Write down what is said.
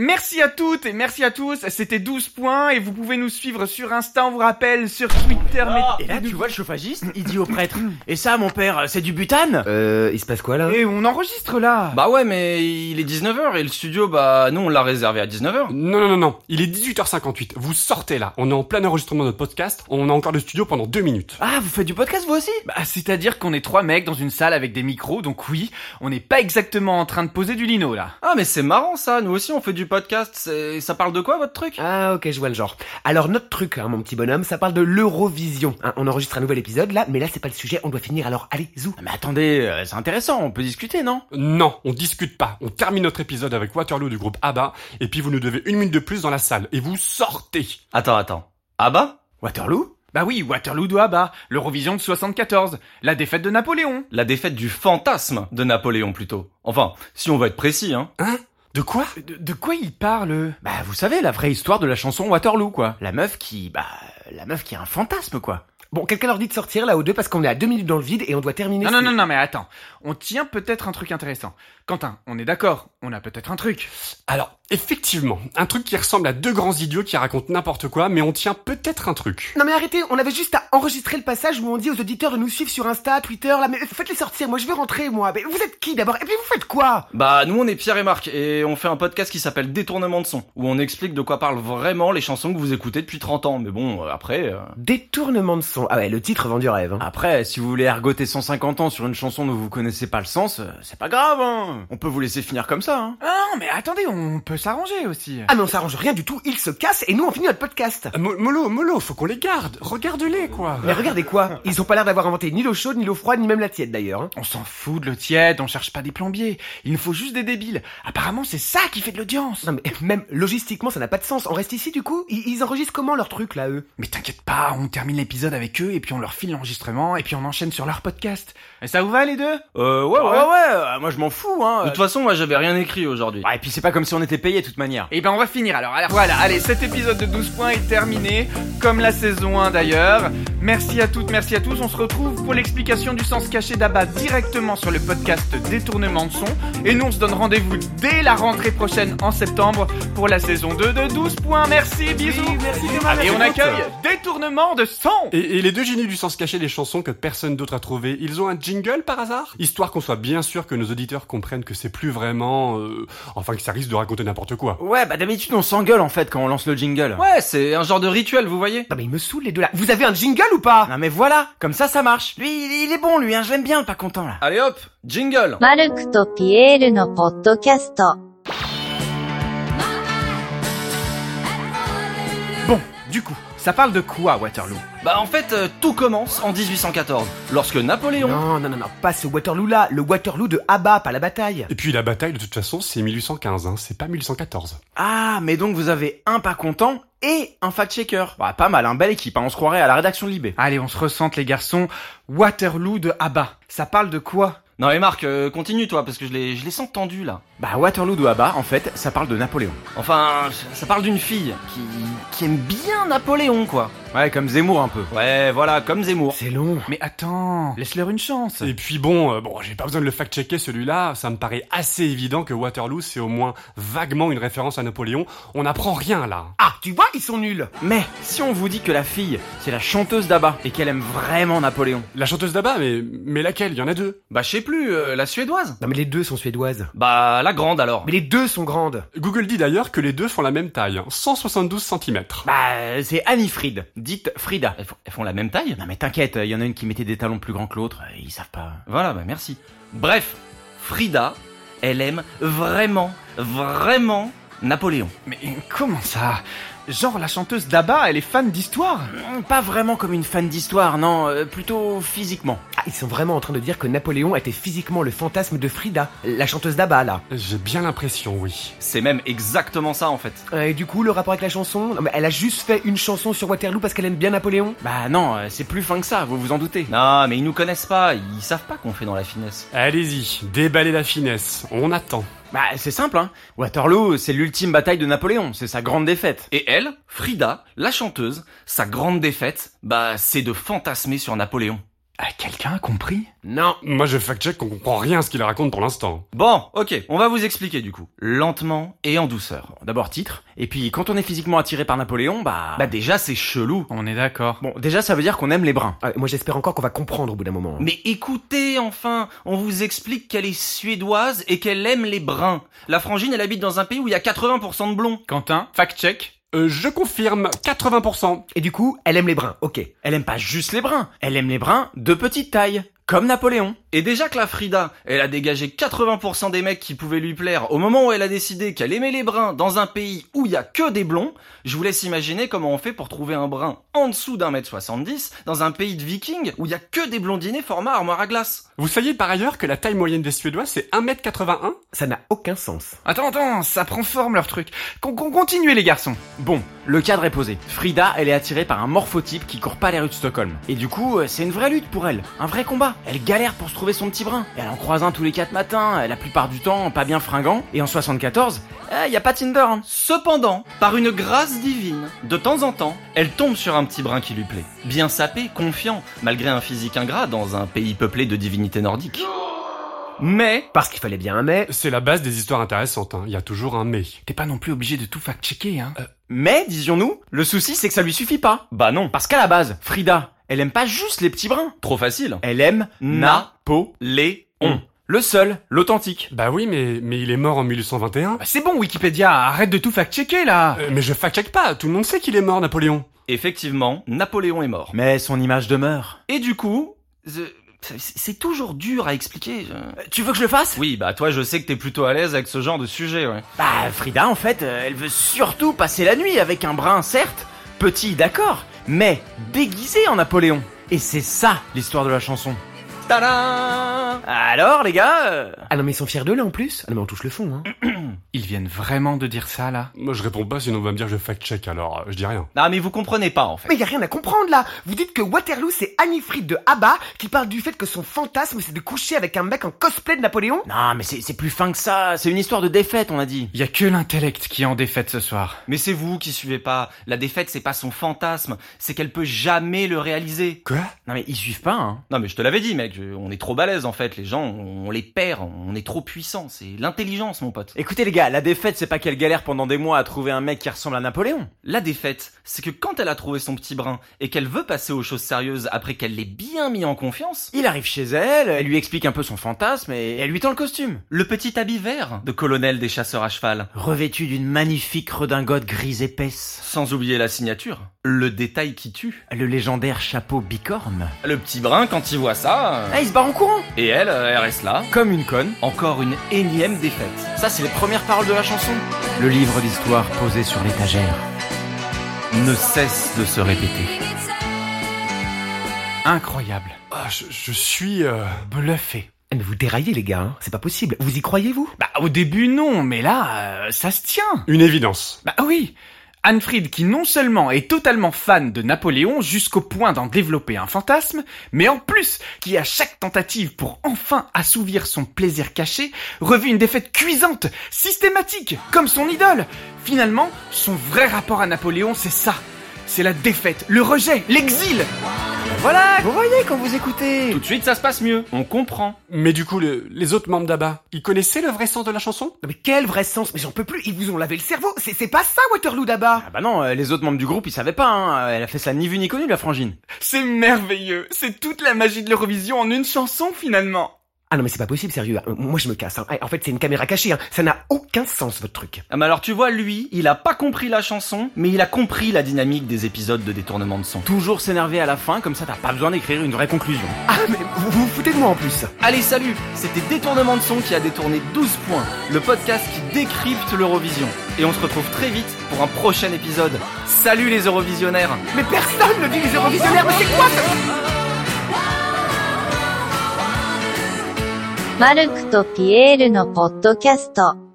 Merci à toutes et merci à tous. C'était 12 points et vous pouvez nous suivre sur Insta, on vous rappelle, sur Twitter. mais- Ah, Et là, tu vois le chauffagiste, il dit au prêtre Et ça, mon père, c'est du butane Euh, il se passe Ah. quoi là Et on enregistre là Bah ouais, mais il est 19h et le studio, bah nous on l'a réservé à 19h. Non, non, non, non. Il est 18h58. Vous sortez là. On est en plein enregistrement de notre podcast. On a encore le studio pendant deux minutes. Ah, vous faites du podcast vous aussi Bah, c'est-à-dire qu'on est trois mecs dans une salle avec des micros, donc oui, on n'est pas exactement en train de poser du lino là. Ah, mais c'est marrant ça, nous aussi on fait du podcast. c'est- Ça parle de quoi votre truc Ah ok, je vois le genre. Alors notre truc, hein, mon petit bonhomme, ça parle de l'Eurovision. hein. on enregistre un nouvel épisode là, mais là c'est pas le sujet, on doit finir, alors allez, zou Mais attendez, euh, c'est intéressant, on peut discuter, non Non, on discute pas. On termine notre épisode avec Waterloo du groupe ABBA. Et puis vous nous devez une minute de plus dans la salle. Et vous sortez. Attends, attends. Ah bah Waterloo Bah oui, Waterloo de Abba, l'Eurovision de 74, la défaite de Napoléon. La défaite du fantasme de Napoléon plutôt. Enfin, si on veut être précis, hein. De quoi De, de quoi il parle Bah, vous savez, la vraie histoire de la chanson Waterloo, quoi. La meuf qui... bah... La meuf qui a un fantasme, quoi. Bon, quelqu'un leur dit de sortir là aux deux parce qu'on est à deux minutes dans le vide et on doit terminer. Non, ce- non, non, non, mais attends, on tient peut-être un truc intéressant. Quentin, on est d'accord, on a peut-être un truc. Alors, effectivement, un truc qui ressemble à deux grands idiots qui racontent n'importe quoi, mais on tient peut-être un truc. Non mais arrêtez, on avait juste à enregistrer le passage où on dit aux auditeurs de nous suivre sur Insta, Twitter, là, mais faites-les sortir, moi je veux rentrer, moi. Mais vous êtes qui d'abord Et puis vous faites quoi Bah nous on est Pierre et Marc et on fait un podcast qui s'appelle Détournement de son, où on explique de quoi parlent vraiment les chansons que vous écoutez depuis 30 ans. Mais bon, euh, après... euh, Détournement de son. Ah ouais, le titre vend du rêve. hein. Après, si vous voulez ergoter 150 ans sur une chanson dont vous connaissez pas le sens, euh, c'est pas grave, hein On peut vous laisser finir comme ça, hein Ah non, mais attendez, on peut s'arranger aussi. Ah mais on s'arrange rien du tout, ils se cassent et nous on finit notre podcast. Euh, Mo- Molo, Molo, faut qu'on les garde. Regarde-les, quoi. Mais regardez quoi, ils ont pas l'air d'avoir inventé ni l'eau chaude, ni l'eau froide, ni même la tiède d'ailleurs. hein. On s'en fout de l'eau tiède, on cherche pas des plombiers. Il nous faut juste des débiles. Apparemment, c'est ça qui fait de l'audience. Non mais même logistiquement ça n'a pas de sens. On reste ici du coup Ils, ils enregistrent comment leur truc là eux Mais t'inquiète pas, on termine l'épisode avec eux et puis on leur file l'enregistrement et puis on enchaîne sur leur podcast. Et ça vous va les deux Euh, ouais, Ouais, ouais. ouais, euh, moi je m'en fous, hein De toute façon, moi j'avais rien écrit aujourd'hui. Ouais, et puis c'est pas comme si on était payé, de toute manière. Eh ben on va finir alors. Alors voilà, allez, cet épisode de 12 points est terminé, comme la saison 1 d'ailleurs. Merci à toutes, merci à tous. On se retrouve pour l'explication du sens caché d'Abba directement sur le podcast Détournement de son. Et nous on se donne rendez-vous dès la rentrée prochaine en septembre pour la saison 2 de 12 points. Merci, bisous. Ah, Ah, et on accueille Détournement de son. Et, et les deux génies du sens caché des chansons que personne d'autre a trouvé, ils ont un jingle par hasard Histoire qu'on soit bien sûr que nos auditeurs comprennent que c'est plus vraiment... euh, enfin, que ça risque de raconter n'importe quoi. Ouais, bah d'habitude on s'engueule en fait quand on lance le jingle. Ouais, c'est un genre de rituel, vous voyez Non mais ils me saoulent les deux là. Vous avez un jingle ou pas Non mais voilà, comme ça ça marche. Lui, il, il est bon lui, hein, je l'aime bien le pas content là. Allez hop, jingle マルクとピエールのポッドキャスト。 Bon, du coup, ça parle de quoi Waterloo Bah en fait, euh, tout commence en 1814, lorsque Napoléon... Non non non non, pas ce Waterloo là, le Waterloo de Abba, pas la bataille. Et puis la bataille, de toute façon, c'est 1815, hein, c'est pas 1814. Ah, mais donc vous avez un pas content et un fact-checker. Bah pas mal, un belle équipe, hein, on se croirait à la rédaction de Libé. Allez, on se ressente les garçons. Waterloo de Abba. Ça parle de quoi Non mais Marc, euh, continue toi, parce que je les, je les sens tendus là. Bah Waterloo d'Ouaba, en fait, ça parle de Napoléon. Enfin, ça parle d'une fille qui, qui aime bien Napoléon quoi. Ouais, comme Zemmour un peu. Ouais, voilà, comme Zemmour. C'est long. Mais attends, laisse-leur une chance. Et puis bon, euh, bon, j'ai pas besoin de le fact-checker celui-là, ça me paraît assez évident que Waterloo, c'est au moins vaguement une référence à Napoléon. On n'apprend rien là. Ah, tu vois, ils sont nuls. Mais si on vous dit que la fille, c'est la chanteuse d'Abba et qu'elle aime vraiment Napoléon. La chanteuse d'Abba, mais, mais laquelle Il y en a deux. Bah je sais plus, euh, la suédoise Non mais les deux sont suédoises. Bah la grande alors. Mais les deux sont grandes. Google dit d'ailleurs que les deux font la même taille, hein, 172 cm. Bah c'est Annie Fried, dite Frida. Elles font, elles font la même taille Non mais t'inquiète, il y en a une qui mettait des talons plus grands que l'autre, euh, ils savent pas. Voilà, bah merci. Bref, Frida, elle aime vraiment, vraiment Napoléon. Mais comment ça Genre la chanteuse d'Abba, elle est fan d'histoire Hmm, Pas vraiment comme une fan d'histoire, non, euh, plutôt physiquement. Ah, ils sont vraiment en train de dire que Napoléon était physiquement le fantasme de Frida, la chanteuse d'Abba là. J'ai bien l'impression, oui. C'est même exactement ça en fait. Euh, Et du coup, le rapport avec la chanson Non mais elle a juste fait une chanson sur Waterloo parce qu'elle aime bien Napoléon Bah non, euh, c'est plus fin que ça, vous vous en doutez. Non, mais ils nous connaissent pas, ils savent pas qu'on fait dans la finesse. Allez-y, déballez la finesse, on attend. Bah c'est simple, hein. Waterloo, c'est l'ultime bataille de Napoléon, c'est sa grande défaite. Et elle, Frida, la chanteuse, sa grande défaite, bah c'est de fantasmer sur Napoléon. Ah, Quelqu'un a compris Non, moi je fact-check qu'on comprend rien à ce qu'il raconte pour l'instant. Bon, ok, on va vous expliquer du coup. Lentement et en douceur. D'abord titre, et puis quand on est physiquement attiré par Napoléon, bah... Bah déjà c'est chelou. On est d'accord. Bon, déjà ça veut dire qu'on aime les bruns. Ah, moi j'espère encore qu'on va comprendre au bout d'un moment. hein. Mais écoutez enfin, on vous explique qu'elle est suédoise et qu'elle aime les bruns. La frangine elle habite dans un pays où il y a 80% de blonds. Quentin, fact-check. Euh, je confirme, 80%. Et du coup, elle aime les bruns, ok. Elle aime pas juste les bruns, elle aime les bruns de petite taille, comme Napoléon. Et déjà que la Frida, elle a dégagé 80% des mecs qui pouvaient lui plaire au moment où elle a décidé qu'elle aimait les bruns dans un pays où il y a que des blonds, je vous laisse imaginer comment on fait pour trouver un brun en dessous d'un mètre 70 dans un pays de vikings où il y a que des blondinés format armoire à glace. Vous saviez par ailleurs que la taille moyenne des Suédois c'est 1m81 Ça n'a aucun sens. Attends, attends, ça prend forme leur truc. Con- con- continuez les garçons. Bon, le cadre est posé. Frida, elle est attirée par un morphotype qui court pas les rues de Stockholm. Et du coup, euh, c'est une vraie lutte pour elle, un vrai combat. Elle galère pour se trouver son petit brin. Elle en croise un tous les quatre matins, euh, la plupart du temps pas bien fringant. Et en 74, il y a pas Tinder. hein. Cependant, par une grâce divine, de temps en temps, elle tombe sur un petit brun qui lui plaît. Bien sapé, confiant, malgré un physique ingrat dans un pays peuplé de divinités nordiques. Mais, Parce qu'il fallait bien un mais. C'est la base des histoires intéressantes, hein. il y a toujours un mais. T'es pas non plus obligé de tout fact-checker, hein. Euh, Mais, disions-nous, le souci c'est que ça lui suffit pas. bah non, Parce qu'à la base, Frida, elle aime pas juste les petits brins. trop facile. Elle aime Napoléon. les Le seul, l'authentique. Bah oui, mais, mais il est mort en 1821. Bah, c'est bon, Wikipédia, arrête de tout fact-checker, là Euh, mais je fact-check pas, tout le monde sait qu'il est mort, Napoléon. Effectivement, Napoléon est mort. Mais son image demeure. Et du coup, je- c'est c'est toujours dur à expliquer. je- Euh, Tu veux que je le fasse Oui, bah toi, je sais que t'es plutôt à l'aise avec ce genre de sujet, ouais. Bah, Frida, en fait, euh, elle veut surtout passer la nuit avec un brin, certes, petit, d'accord, mais déguisé en Napoléon. Et c'est ça l'histoire de la chanson. Tada Alors, les gars, euh, Ah non, mais ils sont fiers d'eux là en plus Ah non, mais on touche le fond, hein. Ils viennent vraiment de dire ça, là Moi je réponds pas, sinon on va me dire je fact-check, alors euh, je dis rien. Ah, mais vous comprenez pas, en fait. Mais y a rien à comprendre là Vous dites que Waterloo c'est Annie Fried de ABBA qui parle du fait que son fantasme c'est de coucher avec un mec en cosplay de Napoléon non, mais c'est c'est plus fin que ça, c'est une histoire de défaite, on a dit. Y a que l'intellect qui est en défaite ce soir. Mais c'est vous qui suivez pas. La défaite, c'est pas son fantasme, c'est qu'elle peut jamais le réaliser. Quoi Non, mais ils suivent pas, hein. Non, mais je te l'avais dit, mec, je- on est trop balèze, en fait. Les gens, on, on les perd, on est trop puissants. C'est l'intelligence, mon pote. Écoutez, les gars, la défaite, c'est pas qu'elle galère pendant des mois à trouver un mec qui ressemble à Napoléon. La défaite, c'est que quand elle a trouvé son petit brin et qu'elle veut passer aux choses sérieuses après qu'elle l'ait bien mis en confiance, Il arrive chez elle, elle lui explique un peu son fantasme et elle lui tend le costume. le petit habit vert de colonel des chasseurs à cheval, Revêtu d'une magnifique redingote grise épaisse, sans oublier la signature, le détail qui tue. le légendaire chapeau bicorne. Le petit brin, quand il voit ça, euh, Ah, il se barre en courant et elle, euh, elle reste là, Comme une conne. encore une énième défaite. Ça, c'est les premières paroles de la chanson. Le livre d'histoire posé sur l'étagère. Ne cesse de se répéter. Incroyable. Ah, je, je suis... euh, Bluffé. Eh, Mais vous déraillez les gars, hein. c'est pas possible. Vous y croyez vous Bah, au début, non, mais là, euh, ça se tient. Une évidence. Bah oui Anfried, qui non seulement est totalement fan de Napoléon jusqu'au point d'en développer un fantasme, mais en plus, qui à chaque tentative pour enfin assouvir son plaisir caché, revit une défaite cuisante, systématique, comme son idole. Finalement, son vrai rapport à Napoléon, c'est ça. C'est la défaite, le rejet, l'exil. Voilà Vous voyez quand vous écoutez Tout de suite, ça se passe mieux. On comprend. Mais du coup, le- les autres membres d'ABBA, ils connaissaient le vrai sens de la chanson Non mais quel vrai sens Mais j'en peux plus, ils vous ont lavé le cerveau C'est c'est pas ça Waterloo d'ABBA Ah bah non, euh, les autres membres du groupe, ils savaient pas, hein. Elle a fait ça ni vu ni connu, la frangine. C'est merveilleux. C'est toute la magie de l'Eurovision en une chanson finalement. Ah non mais c'est pas possible sérieux, Euh, moi je me casse. hein. Eh, En fait c'est une caméra cachée, hein. ça n'a aucun sens votre truc. Ah, mais alors tu vois, lui, il a pas compris la chanson, mais il a compris la dynamique des épisodes de détournement de son. Toujours s'énerver à la fin, comme ça t'as pas besoin d'écrire une vraie conclusion. Ah mais vous vous foutez de moi en plus Allez, salut C'était Détournement de son qui a détourné 12 points, le podcast qui décrypte l'Eurovision. Et on se retrouve très vite pour un prochain épisode. Salut les Eurovisionnaires Mais personne ne dit les Eurovisionnaires, mais c'est quoi ça マルクとピエールのポッドキャスト